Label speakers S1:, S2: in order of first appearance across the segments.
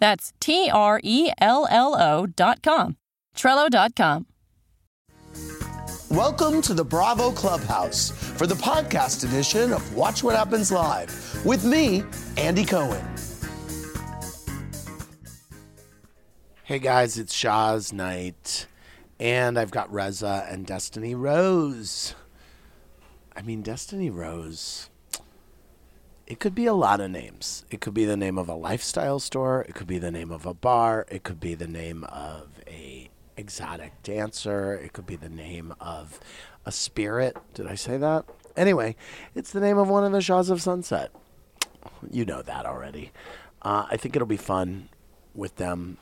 S1: That's T R E L L O.com. Trello.com.
S2: Welcome to the Bravo Clubhouse for the podcast edition of Watch What Happens Live with me, Andy Cohen. Hey guys, it's Shaw's night, and I've got Reza and Destiny Rose. I mean, Destiny Rose. It could be a lot of names. It could be the name of a lifestyle store. It could be the name of a bar. It could be the name of a exotic dancer. It could be the name of a spirit. Did I say that? Anyway, it's the name of one of the Shaws of Sunset. You know that already. Uh, I think it'll be fun with them.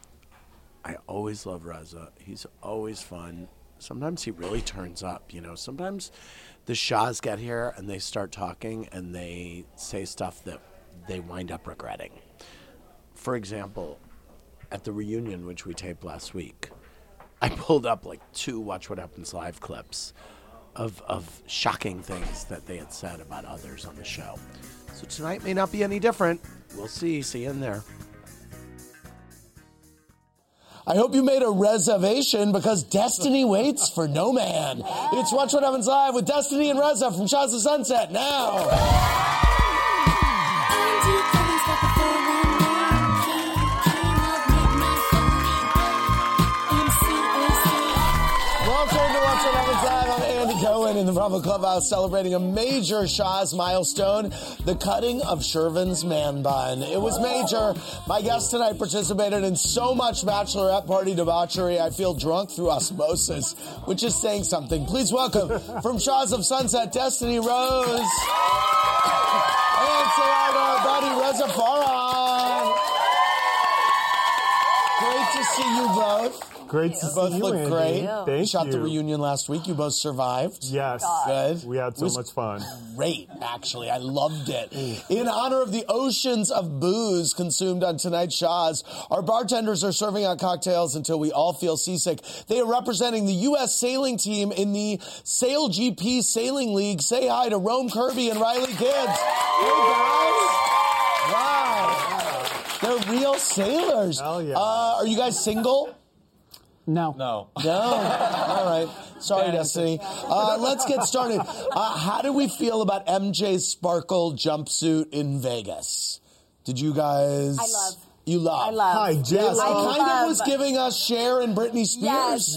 S2: I always love Reza. He's always fun. Sometimes he really turns up, you know. Sometimes the Shahs get here and they start talking and they say stuff that they wind up regretting. For example, at the reunion which we taped last week, I pulled up like two Watch What Happens Live clips of of shocking things that they had said about others on the show. So tonight may not be any different. We'll see. See you in there. I hope you made a reservation because destiny waits for no man. It's Watch What Happens Live with Destiny and Reza from Shots of Sunset now. Welcome to Watch What Happens Live. I'm Andy Cohen in the Bravo Clubhouse celebrating a major Shaw's milestone, the cutting of Shervin's man bun. It was major. My guest tonight participated in so much bachelorette party debauchery, I feel drunk through osmosis, which is saying something. Please welcome from Shaw's of Sunset, Destiny Rose. And Sarada, Buddy Reza Farhan. Great to see you both.
S3: Great to see
S2: both
S3: you,
S2: look
S3: Andy.
S2: great.
S3: Thank
S2: Shot
S3: you.
S2: the reunion last week. You both survived.
S3: Yes.
S2: Good.
S3: We had
S2: It
S3: so
S2: was
S3: much fun.
S2: Great, actually. I loved it. In honor of the oceans of booze consumed on tonight's Shaw's, our bartenders are serving out cocktails until we all feel seasick. They are representing the U.S. sailing team in the Sail GP Sailing League. Say hi to Rome Kirby and Riley Gibbs. Hey, guys. Wow. They're real sailors.
S3: Hell yeah.
S2: Uh, are you guys single?
S4: No.
S5: No.
S2: No. All right. Sorry, Destiny. Uh, let's get started. Uh, how do we feel about MJ's sparkle jumpsuit in Vegas? Did you guys?
S6: I love.
S2: You love.
S6: I love.
S3: Hi,
S2: Yes,
S3: Jess.
S2: it
S6: I
S2: kind of
S6: love-
S2: was giving us Cher and Britney Spears.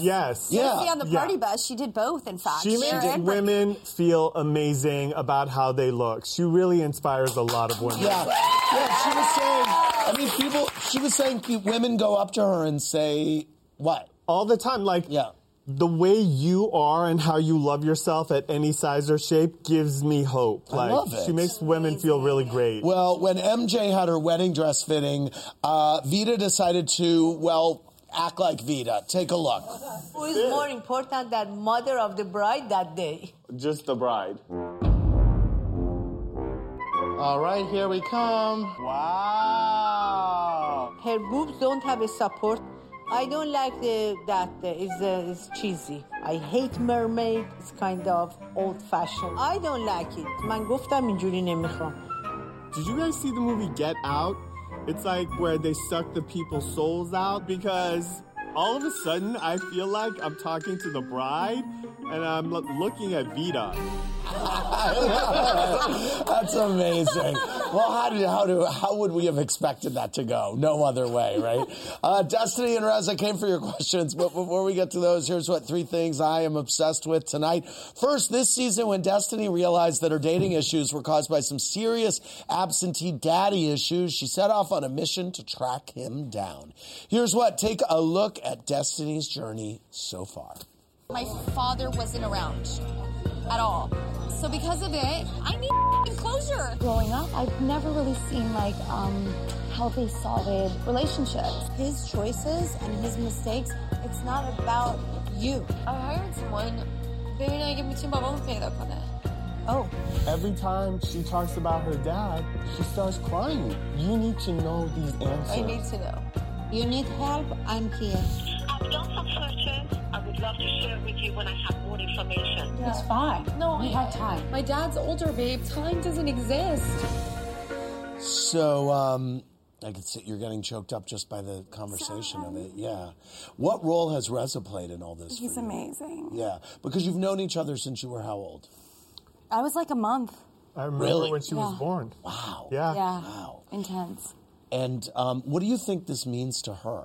S6: Yes.
S3: Yes.
S2: Yeah.
S6: Seriously, on the
S3: Yeah.
S6: party bus, she did both, in fact.
S3: She
S6: Cher
S3: makes
S6: and Britney.
S3: women feel amazing about how they look. She really inspires a lot of women.
S2: Yeah. Yeah. She was saying. I mean, people. She was saying the women go up to her and say what?
S3: All the time. Like,
S2: Yeah.
S3: the way you are and how you love yourself at any size or shape gives me hope. Like,
S2: love it.
S3: she makes women feel really great.
S2: Well, when MJ had her wedding dress fitting, uh, Vita decided to well act like Vita. Take a look.
S7: Who is more important than mother of the bride that day?
S8: Just the bride.
S5: All right, here we come. Wow.
S7: Her boobs don't have a support. I don't like the, that. uh, It's, uh, it's cheesy. I hate mermaid. It's kind of old-fashioned. I don't like it. من گفتم اینجوری نمیخوام.
S8: Did you guys see the movie Get Out? It's like where they suck the people's souls out because all of a sudden I feel like I'm talking to the bride and I'm lo- looking at Vita.
S2: That's amazing. Well, how did how do how would we have expected that to go? No other way, right? Uh, Destiny and Reza came for your questions, but before we get to those, here's what three things I am obsessed with tonight. First, this season when Destiny realized that her dating issues were caused by some serious absentee daddy issues, she set off on a mission to track him down. Here's what: take a look at Destiny's journey so far.
S9: My father wasn't around at all. So because of it, I need closure.
S10: Growing up, I've never really seen like um, healthy, solid relationships.
S6: His choices and his mistakes, it's not about you.
S9: I hired someone. They're not giving me two bubbles made up on it.
S6: Oh,
S3: Every time she talks about her dad, she starts crying. You need to know these answers.
S9: I need to know.
S7: You need help? I'm here.
S11: I've done some searches. I would love to share with you when I have more information.
S12: It's fine.
S9: No,
S12: we
S9: I-
S12: have time.
S9: My dad's older, babe. Time doesn't exist.
S2: So, um, I could see you're getting choked up just by the conversation of it. Yeah. What role has Reza played in all this? for
S12: He's
S2: you?
S12: amazing.
S2: Yeah, because you've known each other since you were how old?
S12: I was like a month.
S3: I remember
S2: Really?
S3: when she was
S12: Yeah.
S3: born.
S2: Wow.
S3: Yeah.
S12: Yeah.
S2: Wow.
S12: Intense.
S2: And um, what do you think this means to her,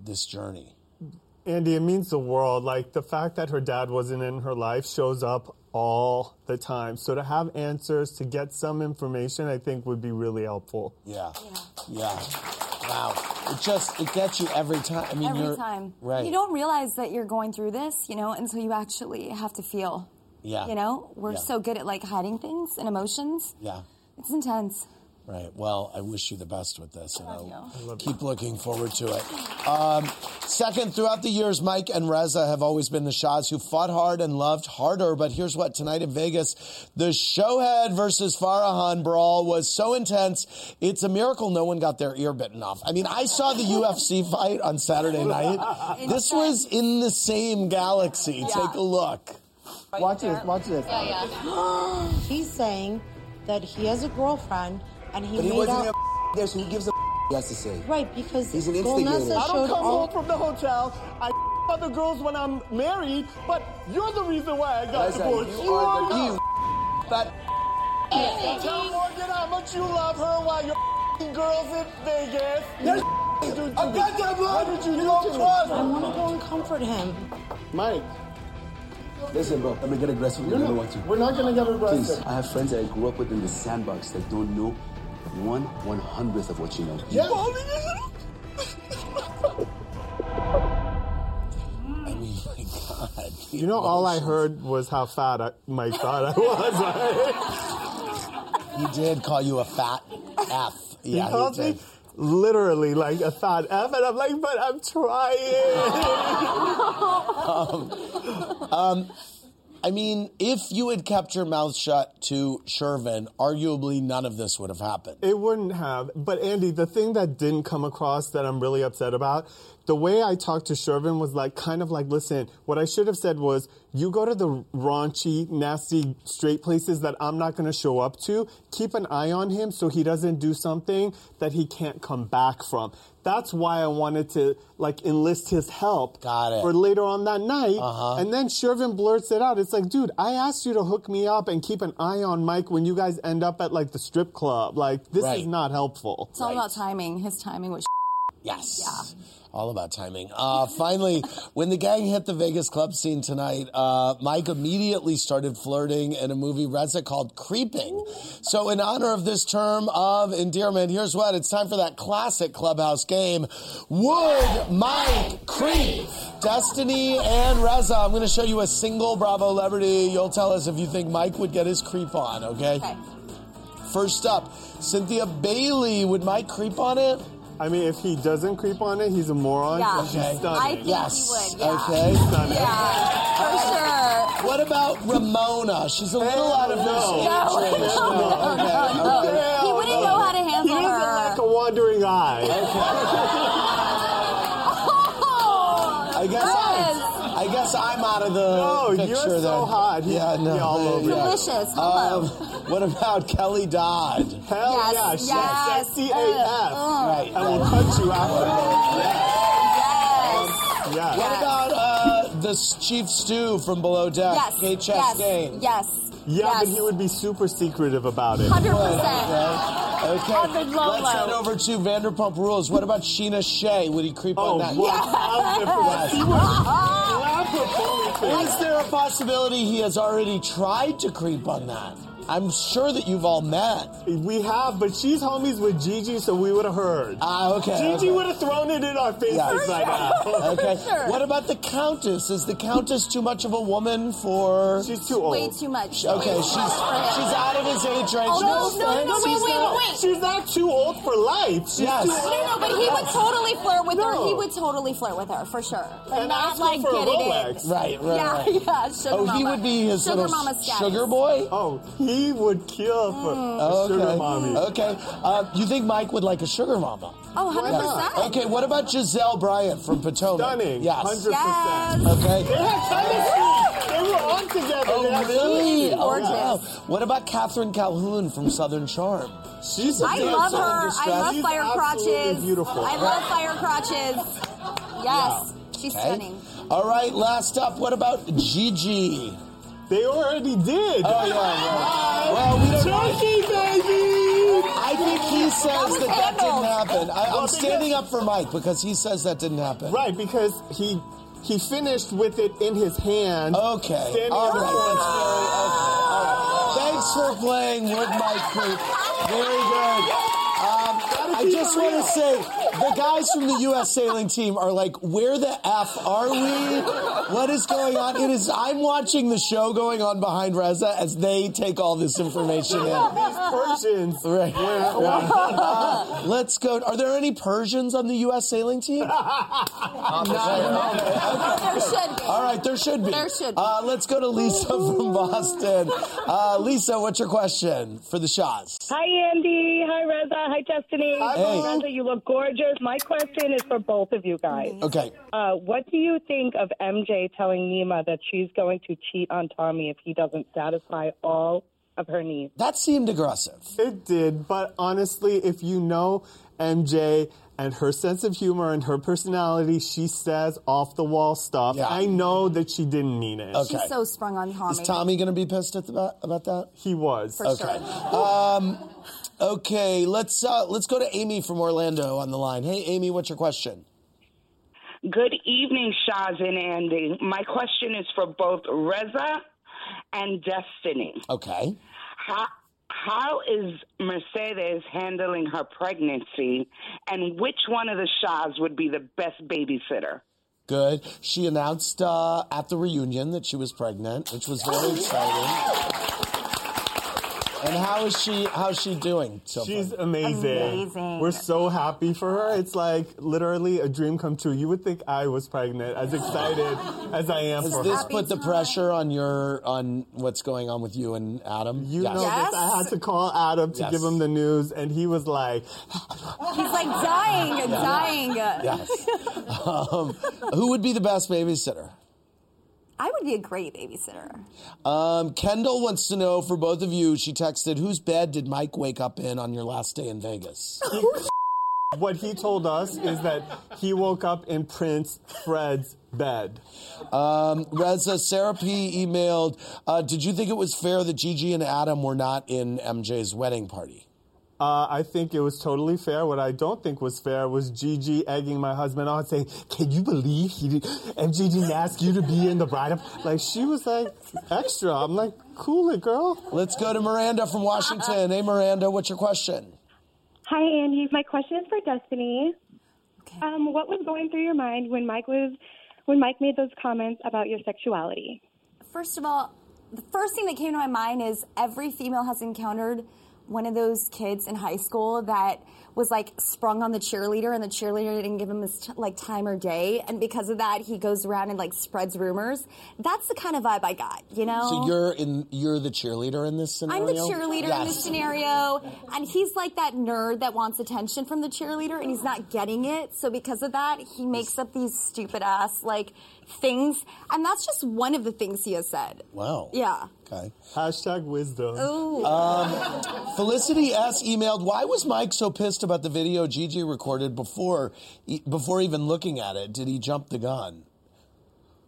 S2: this journey?
S3: Andy, it means the world. Like the fact that her dad wasn't in her life shows up all the time. So to have answers, to get some information, I think would be really helpful.
S2: Yeah. Yeah. Wow. It just it gets you every time. I mean,
S12: Every
S2: you're,
S12: time.
S2: Right.
S12: You don't realize that you're going through this, you know, until you actually have to feel.
S2: Yeah.
S12: You know, we're
S2: Yeah.
S12: so good at like hiding things and emotions.
S2: Yeah.
S12: It's intense.
S2: Right. Well, I wish you the best with this. and
S12: love
S2: I'll
S12: you.
S2: keep looking forward to it. Um, second, throughout the years, Mike and Reza have always been the Shahs who fought hard and loved harder. But here's what tonight in Vegas the Showhead versus Farahan brawl was so intense. It's a miracle no one got their ear bitten off. I mean, I saw the UFC fight on Saturday night. This was in the same galaxy. Take a look.
S13: Watch this, watch this.
S9: Yeah, yeah.
S7: He's saying that he has a girlfriend and he
S5: But he
S7: made
S5: wasn't
S7: out.
S5: a there, so who gives a he has to say?
S7: Right, because
S5: He's an
S7: Gul Nasser
S5: instigator. I
S3: I don't
S7: showed
S3: come
S7: all-
S3: home from the hotel. I other girls when I'm married, but you're the reason why I got
S5: Reza,
S3: divorced.
S5: you are the you fat
S3: Tell Morgan how much you love her while you're girls in Vegas.
S5: There's
S3: You do to me.
S5: I got
S3: What
S5: that blood.
S3: did you
S5: You
S3: do
S5: don't
S3: to
S5: trust.
S3: me?
S7: I want to go and comfort him.
S3: Mike,
S5: Listen, bro, I'm gonna get aggressive. You're gonna want to.
S3: we're not gonna get
S5: Please,
S3: aggressive.
S5: I have friends that I grew up with in the sandbox that don't know one one hundredth of what you know.
S3: Yeah.
S2: Oh
S3: You know, all I heard was how fat I, Mike thought I was. Right?
S2: He did call you a fat F.
S3: He
S2: Yeah, he
S3: called
S2: did.
S3: me literally like a fat F, and I'm like, but I'm trying.
S2: I mean, if you had kept your mouth shut to Shervin, arguably none of this would have happened.
S3: It wouldn't have. But Andy, the thing that didn't come across that I'm really upset about, the way I talked to Shervin was like kind of like, listen, what I should have said was, you go to the raunchy, nasty, straight places that I'm not going to show up to. Keep an eye on him so he doesn't do something that he can't come back from. That's why I wanted to like enlist his help
S2: Got it. Uh-huh.
S3: for later on that night. And then Shervin blurts it out. It's like, dude, I asked you to hook me up and keep an eye on Mike when you guys end up at like the strip club. Like, this
S2: Right.
S3: is not helpful.
S12: It's all about timing. His timing was
S2: Yes. All about timing. Uh, finally, when the gang hit the Vegas club scene tonight, uh, Mike immediately started flirting in a movie Reza called Creeping. So, in honor of this term of endearment, here's what it's time for that classic clubhouse game Would Mike Creep? Destiny and Reza, I'm going to show you a single Bravo celebrity. You'll tell us if you think Mike would get his creep on, okay?
S12: Okay.
S2: First up, Cynthia Bailey. Would Mike creep on it?
S3: I mean, if he doesn't creep on it, he's a moron.
S12: Yeah.
S3: She's
S12: Okay. I
S3: stunning.
S12: think
S2: Yes.
S12: he would. Yeah.
S2: Okay.
S3: Stunning.
S12: Yeah, for sure.
S2: What about Ramona? She's a little out of
S3: no.
S2: her
S12: No,
S2: age. range.
S12: no,
S2: Okay, okay.
S12: He wouldn't know how to
S3: He
S12: handle
S3: doesn't like
S12: her.
S3: a wandering eye.
S12: Oh,
S2: I guess
S12: yes.
S2: I, I guess I'm out of the
S3: No,
S2: picture.
S3: you're so
S2: then.
S3: hot. He-
S2: yeah, no,
S3: he all
S2: yeah,
S3: over
S2: yeah.
S12: Delicious. Hello.
S2: Um, what about Kelly Dodd?
S3: Hell
S12: Yes,
S3: yeah. She's
S12: yes.
S3: sexy
S12: Uh,
S3: AF.
S12: uh.
S3: I will punch you out.
S2: um,
S12: yes.
S3: Yeah.
S2: What about uh, the Chief Stew from Below Deck?
S12: Yes.
S2: Kate
S12: yes.
S2: Chastain.
S12: Yes.
S3: Yeah, but he would be super secretive about it.
S9: 100%.
S2: Okay.
S9: On the low
S2: Let's
S9: low.
S2: head over to Vanderpump Rules. What about Sheena Shea? Would he creep
S3: Oh,
S2: on that?
S9: well, Yes. 100%. He would
S2: Is there a possibility he has already tried to creep on that? I'm sure that you've all met.
S3: We have, but she's homies with Gigi, so we would have heard.
S2: Ah, okay. okay.
S3: Gigi would have thrown it in our faces by now.
S2: okay. What about the Countess? Is the Countess too much of a woman for?
S3: She's too
S12: Way too much.
S2: Okay,
S12: Way too
S2: she's she's
S12: much for him.
S2: out of his age range.
S12: Oh, no,
S2: That's
S12: no,
S2: fine.
S12: no, wait,
S2: She's
S12: wait,
S2: not-
S12: wait.
S3: She's not too old for life. She's
S2: Yes.
S3: too
S2: No,
S12: No,
S3: old.
S12: no, but he would
S3: Yes.
S12: totally flirt with her.
S3: No.
S12: He would totally flirt with her for sure. But
S3: And ask
S12: not
S3: her
S12: like
S3: for a
S12: get it
S3: Rolex.
S12: in.
S2: Right, right,
S12: Yeah,
S2: right.
S12: yeah. Sugar
S2: oh,
S12: mama.
S2: he would be his
S12: sugar
S2: little
S12: mama status.
S2: sugar boy.
S3: Oh, he would kill for
S2: Oh,
S3: a
S2: okay.
S3: sugar mommy.
S2: Okay. Uh, you think Mike would like a sugar mama?
S12: Oh, 100 percent.
S2: Okay. What about Giselle Bryant from Potomac?
S3: Stunning.
S2: Yes.
S3: 100%.
S2: Okay.
S3: They had chemistry. They were on together. They
S2: Oh,
S3: had
S2: really?
S3: chemistry.
S2: Oh, wow. What about Catherine Calhoun from Southern Charm?
S3: She's a
S12: I
S3: dancer
S12: love
S3: in
S12: her.
S3: distress.
S12: I love
S3: She's
S12: fire
S3: absolutely
S12: crotches.
S3: Beautiful.
S12: I love fire crotches. Yes, she's
S2: Okay.
S12: stunning.
S2: All right. Last up, what about Gigi?
S3: They already did.
S2: Oh, yeah. yeah. Well, we don't know.
S3: Turkey, baby.
S2: I think he says
S12: was
S2: that that
S12: handled.
S2: didn't happen. I,
S3: Well,
S2: I'm
S3: because-
S2: standing up for Mike because he says that didn't happen.
S3: Right, because he he finished with it in his hand.
S2: Okay.
S3: Standing
S2: All
S3: up
S2: right. That's very okay.
S3: for himself.
S2: All right. Thanks for playing with Mike Creek. Very good. Um, I
S3: keep
S2: just
S3: it
S2: want to
S3: real.
S2: say the guys from the U.S. sailing team are like, where the F are we? What is going on? It is, I'm watching the show going on behind Reza as they take all this information in.
S3: These Persians.
S2: Right.
S3: were-
S2: Uh, let's go. Are there any Persians on the U.S. sailing team? Not- okay.
S12: There should be.
S2: All right, there should be.
S12: There should be.
S2: Uh, let's go to Lisa from Boston. Uh, Lisa, what's your question for the shots?
S14: Hi, Andy. Hi, Reza. Hi, Destiny.
S2: Hi, Hey. Mom.
S14: Reza, you look gorgeous. My question is for both of you guys.
S2: Okay.
S14: Uh, what do you think of MJ telling Nima that she's going to cheat on Tommy if he doesn't satisfy all of her needs?
S2: That seemed aggressive.
S3: It did, but honestly, if you know MJ and her sense of humor and her personality, she says off the wall stuff.
S2: Yeah.
S3: I know that she didn't mean it.
S2: Okay.
S12: She's so sprung on Tommy.
S2: Is Tommy going to be pissed at the, about that?
S3: He was.
S12: for
S2: Okay.
S12: sure.
S2: Um, okay, let's uh, let's go to Amy from Orlando on the line. Hey, Amy, what's your question?
S15: Good evening, Shaz and Andy. My question is for both Reza and Destiny.
S2: Okay.
S15: How, how is Mercedes handling her pregnancy, and which one of the Shaz would be the best babysitter?
S2: Good. She announced uh, at the reunion that she was pregnant, which was very exciting. And how is she? How's she doing? So far?
S3: She's amazing.
S12: Amazing.
S3: We're so happy for her. It's like literally a dream come true. You would think I was pregnant, as excited as I am
S2: Does
S3: for
S2: this
S3: her.
S2: put the pressure on your on what's going on with you and Adam?
S3: You know
S12: Yes.
S3: this. I had to call Adam to
S2: Yes.
S3: give him the news, and he was like,
S12: He's like dying, dying.
S2: Yes. um, who would be the best babysitter?
S12: I would be a great babysitter.
S2: Um, Kendall wants to know for both of you. She texted, "Whose bed did Mike wake up in on your last day in Vegas?"
S3: What he told us is that he woke up in Prince Fred's bed.
S2: Um, Reza Sarah P emailed, uh, "Did you think it was fair that Gigi and Adam were not in MJ's wedding party?"
S3: Uh, I think it was totally fair. What I don't think was fair was Gigi egging my husband on, saying, "Can you believe he did, MJ didn't ask you to be in the bride?" Like she was like extra. I'm like, cool it, girl.
S2: Let's go to Miranda from Washington. Hey, Miranda, what's your question?
S16: Hi, Andy. My question is for Destiny. Um, what was going through your mind when Mike was when Mike made those comments about your sexuality?
S12: First of all, the first thing that came to my mind is every female has encountered one of those kids in high school that was like sprung on the cheerleader and the cheerleader didn't give him his t- like time or day and because of that he goes around and like spreads rumors. That's the kind of vibe I got, you know.
S2: So you're in. You're the cheerleader in this scenario.
S12: Oh. I'm the cheerleader in this
S2: Yes.
S12: scenario, and he's like that nerd that wants attention from the cheerleader, and he's not getting it. So because of that, he makes up these stupid ass like things, and that's just one of the things he has said.
S2: Wow.
S12: Yeah.
S2: Okay.
S3: Hashtag wisdom.
S12: Ooh.
S2: Felicity S emailed, "Why was Mike so pissed about the video Gigi recorded before e- before even looking at it? Did he jump the gun?"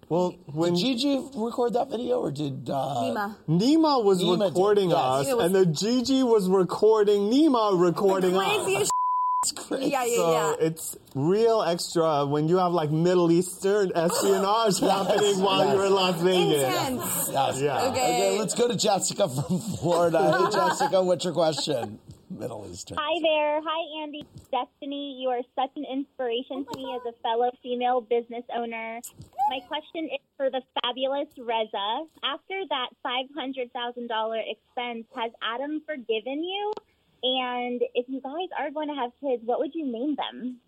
S2: Well, when did Gigi record that video, or did uh,
S12: Nima?
S3: Nima was
S2: Nima did,
S3: recording
S2: yes.
S3: us,
S12: Nima was-
S3: and the Gigi was recording Nima recording us.
S12: Craziest
S2: crazy.
S12: Yeah, yeah,
S3: so
S12: yeah.
S3: it's real extra when you have like Middle Eastern espionage happening while
S2: yes.
S3: you're in Las Vegas.
S12: Intense.
S2: Yes.
S3: Yeah.
S2: Okay.
S3: Okay.
S2: let's go to Jessica from Florida. Hey, Jessica, what's your question? Middle Eastern.
S17: Hi there. Hi, Andy. Destiny, you are such an inspiration to me as a fellow female business owner. My question is for the fabulous Reza. After that $500,000 expense, has Adam forgiven you? And if you guys are going to have kids, what would you name them?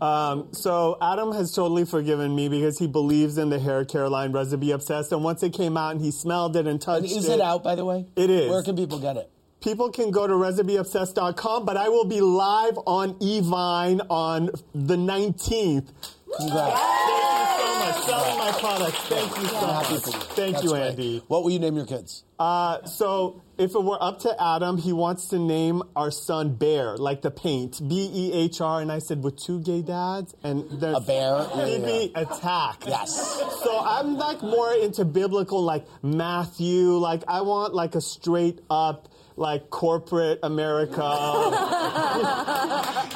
S3: Um, so Adam has totally forgiven me because he believes in the hair care line recipe obsessed. And once it came out and he smelled it and touched
S2: And is it out, by the way?
S3: It is.
S2: Where can people get it?
S3: People can go to recipeobsessed.com, but I will be live on Evine on the 19th.
S2: Congrats.
S3: Thank you so much. Selling my products. Thank you so
S2: happy
S3: much.
S2: for you.
S3: Thank
S2: That's
S3: you,
S2: great.
S3: Andy.
S2: What will you name your kids?
S3: Uh, so if it were up to Adam, he wants to name our son Bear, like the paint, B E H R. And I said, with two gay dads, and there's a
S2: bear, yeah,
S3: maybe attack.
S2: Yes.
S3: So I'm like more into biblical, like Matthew. Like I want like a straight up, like corporate America.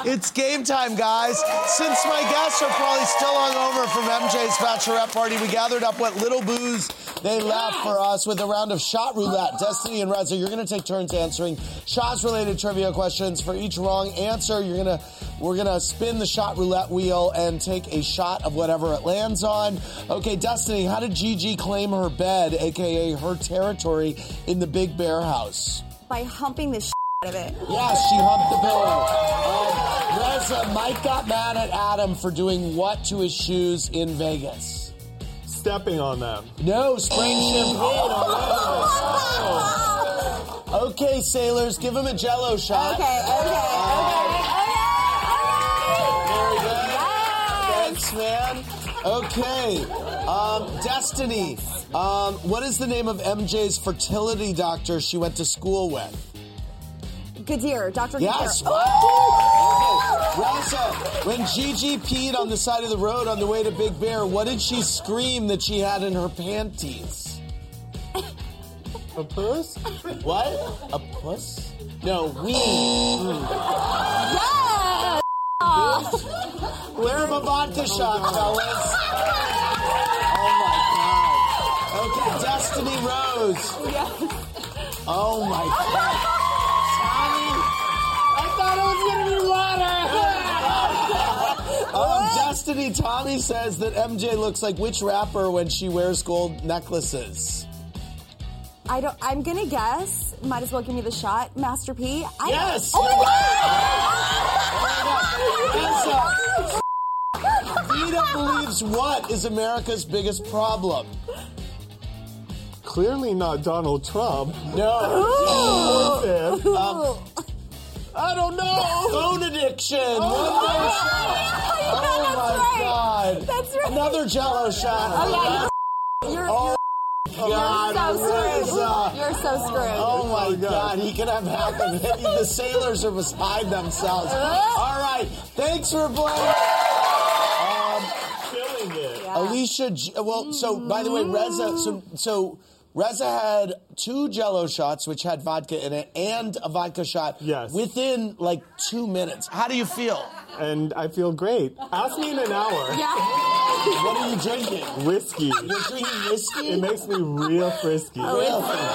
S2: It's game time, guys. Since my guests are probably still hungover from MJ's bachelorette party, we gathered up what little booze they left for us with a round of shot roulette. Destiny and Reza, you're going to take turns answering shots related trivia questions. For each wrong answer, you're going to we're going to spin the shot roulette wheel and take a shot of whatever it lands on. Okay, Destiny, how did Gigi claim her bed, aka her territory in the Big Bear house?
S12: By humping the shit out of it.
S2: Yes, she humped the pillow. Um, Reza, Mike got mad at Adam for doing what to his shoes in Vegas?
S3: Stepping on them.
S2: No, spraying champagne all over us. Oh. Okay, sailors, give him a jello shot.
S12: Okay, okay,
S2: Very good. Thanks, man. Okay, um, Destiny, um, what is the name of MJ's fertility doctor she went to school with?
S12: Gadir, Dr.
S2: Yes,
S12: Gadir.
S2: wow. Okay. Rasa, when Gigi peed on the side of the road on the way to Big Bear, what did she scream that she had in her panties?
S3: A puss?
S2: What? A puss? No, we.
S12: Yes!
S2: Wear a vodka shot, fellas. Oh my god. Okay, Destiny Rose. Oh my god. I thought it was gonna be water. um, Destiny Tommy says that MJ looks like which rapper when she wears gold necklaces?
S12: I don't. I'm gonna guess. Might as well give me the shot, Master P. I
S2: Yes!
S12: Oh my
S2: Yes,
S12: god!
S2: Vita believes what is America's biggest problem?
S3: Clearly not Donald Trump.
S2: No.
S3: Ooh.
S2: Um, I don't know. Phone addiction.
S12: Oh
S2: One more shot. Oh my god. That's right. Another jello shot.
S12: Oh, yeah, you're,
S2: Oh, God,
S12: you're so
S2: Reza.
S12: screwed. You're so screwed.
S2: Oh my God, he can have half of it. The sailors are beside themselves. All right, thanks for playing.
S3: Killing it.
S2: Alicia, G- well, so by the way, Reza, so, so Reza had two Jello shots, which had vodka in it, and a vodka shot. Yes. Within like two minutes. How do you feel?
S3: And I feel great. Ask me in an hour.
S2: What are you drinking?
S3: Whiskey.
S2: You're drinking whiskey.
S3: It makes me real frisky.
S2: Real thing.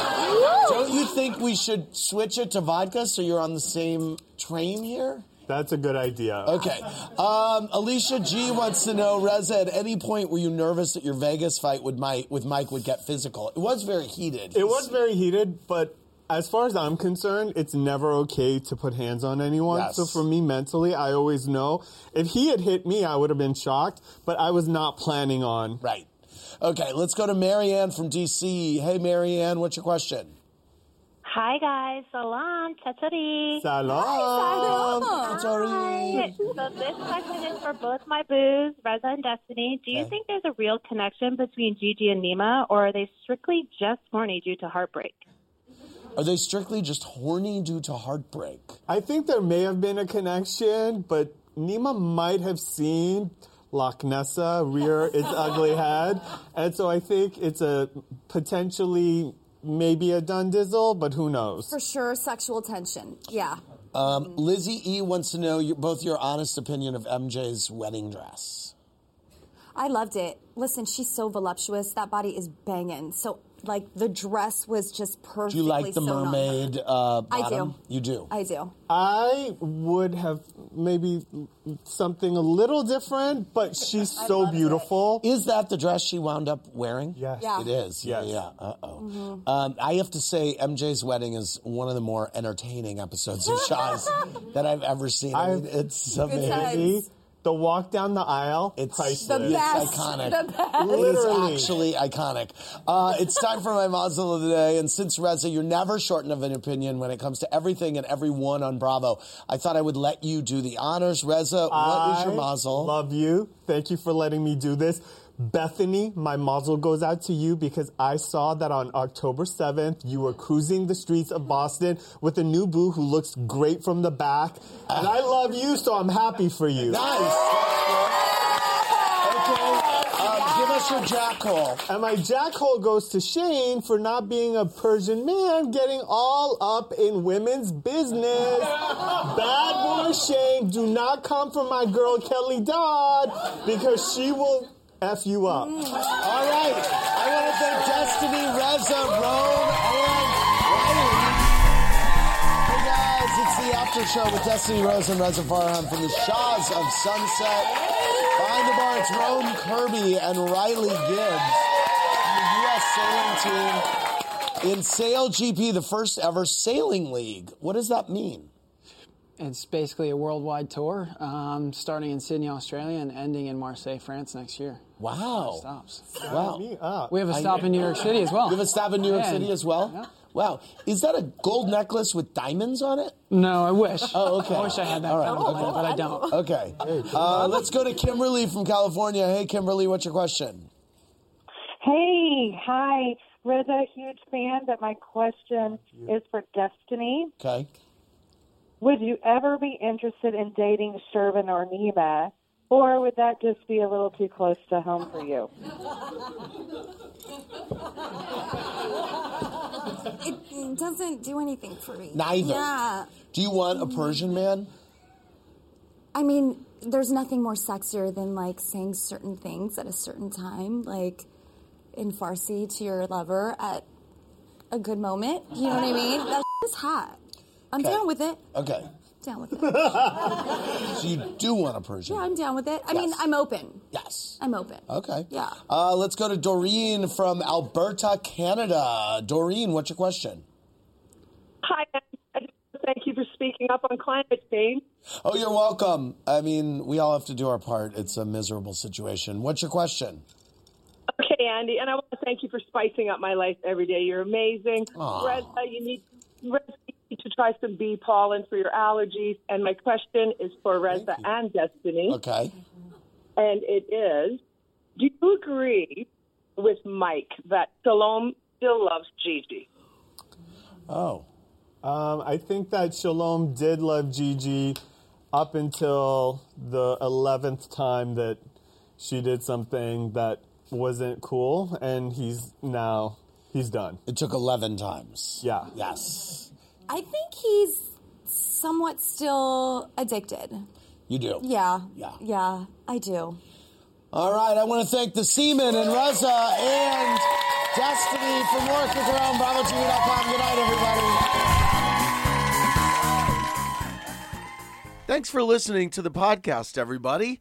S2: Don't you think we should switch it to vodka so you're on the same train here?
S3: That's a good idea.
S2: Okay. Um, Alicia G wants to know, Reza, at any point were you nervous that your Vegas fight with Mike, with Mike would get physical? It was very heated.
S3: It was very heated, but as far as I'm concerned, it's never okay to put hands on anyone.
S2: Yes.
S3: So for me mentally, I always know if he had hit me, I would have been shocked, but I was not planning on.
S2: Right. Okay, let's go to Marianne from DC. Hey, Marianne, what's your question?
S17: Hi, guys. Salam. Tatori.
S3: Salam.
S17: Hi. So this question is for both my boos, Reza and Destiny. Do you think there's a real connection between Gigi and Nima, or are they strictly just horny due to heartbreak?
S2: Are they strictly just horny due to heartbreak?
S3: I think there may have been a connection, but Nima might have seen Loch Nessa rear its ugly head. And so I think it's a potentially maybe a done dizzle, but who knows?
S12: For sure, sexual tension. Yeah.
S2: Um, Lizzie E wants to know your, both your honest opinion of MJ's wedding dress.
S12: I loved it. Listen, she's so voluptuous. That body is banging. So, like, the dress was just perfect.
S2: Do you like the mermaid uh, bottom?
S12: I do.
S2: You do.
S12: I do.
S3: I would have maybe something a little different, but she's so beautiful.
S2: Is that the dress she wound up wearing?
S3: Yes.
S12: Yeah.
S2: It is. Yeah,
S3: Yes.
S2: yeah. Uh oh. Um, I have to say, MJ's wedding is one of the more entertaining episodes of Shaw's that I've ever seen. I mean, it's amazing.
S3: Andy, the walk down the aisle, it's priceless.
S2: The It's iconic. It
S3: Literally.
S2: is actually iconic. Uh, it's time for my Mazel of the day. And since Reza, you're never shortened of an opinion when it comes to everything and everyone on Bravo, I thought I would let you do the honors. Reza, what is your
S3: I
S2: Mazel?
S3: Love you. Thank you for letting me do this. Bethany, my mazel goes out to you because I saw that on October 7th, you were cruising the streets of Boston with a new boo who looks great from the back. And I love you, so I'm happy for you.
S2: Uh, give us your jackhole.
S3: And my jackhole goes to Shane for not being a Persian man getting all up in women's business. Bad boy Shane, do not come for my girl Kelly Dodd because she will F you up.
S2: All right. I want to thank Destiny, Reza, Rome, and Riley. Hey, guys, it's the after show with Destiny Rose and Reza Farhan from the Shaws of Sunset. Behind the bar, it's Rome Kirby and Riley Gibbs from the U.S. sailing team in Sail GP, the first ever sailing league. What does that mean?
S18: It's basically a worldwide tour, um, starting in Sydney, Australia, and ending in Marseille, France next year.
S2: Wow.
S18: Five stops.
S2: Wow.
S18: We have a stop in New York City as well.
S2: You have a stop in New York
S18: Yeah.
S2: City as well? Wow. Is that a gold necklace with diamonds on it?
S18: No, I wish.
S2: Oh, okay.
S18: I wish I had that
S2: All right.
S18: kind of money, but I don't.
S2: Okay. Uh, let's go to Kimberly from California. Hey, Kimberly, what's your question?
S16: Hey, hi. Reza, huge fan, but my question is for Destiny.
S2: Okay.
S16: Would you ever be interested in dating Shervin or Nima, or would that just be a little too close to home for you?
S12: It doesn't do anything for me.
S2: Neither.
S12: Yeah.
S2: Do you want a Persian man?
S12: I mean, there's nothing more sexier than like saying certain things at a certain time, like in Farsi to your lover at a good moment. You know what I mean? That is hot. I'm
S2: Okay.
S12: down with it.
S2: Okay.
S12: Down with it.
S2: so you do want a Persian
S12: Yeah,
S2: man.
S12: I'm down with it. I mean,
S2: Yes.
S12: I'm open.
S2: Yes.
S12: I'm open.
S2: Okay.
S12: Yeah.
S2: Uh, let's go to Doreen from Alberta, Canada. Doreen, what's your question?
S19: Hi, and thank you for speaking up on climate change.
S2: Oh, you're welcome. I mean, we all have to do our part. It's a miserable situation. What's your question?
S19: Okay, Andy, and I want to thank you for spicing up my life every day. You're amazing.
S2: Aw.
S19: Reza, you need, Reza, you need to try some bee pollen for your allergies. And my question is for Reza and Destiny.
S2: Okay.
S19: And it is Do you agree with Mike that Salome still loves Gigi?
S2: Oh.
S3: Um, I think that Shalom did love Gigi up until the 11th time that she did something that wasn't cool, and he's now, he's done.
S2: It took 11 times.
S3: Yeah.
S2: Yes.
S12: I think he's somewhat still addicted.
S2: You do.
S12: Yeah.
S2: Yeah.
S12: Yeah, I do.
S2: All right, I want to thank the Seamen and Reza and Destiny for more Kick Around BravoTV.com. Good night, everybody.
S20: Thanks for listening to the podcast, everybody.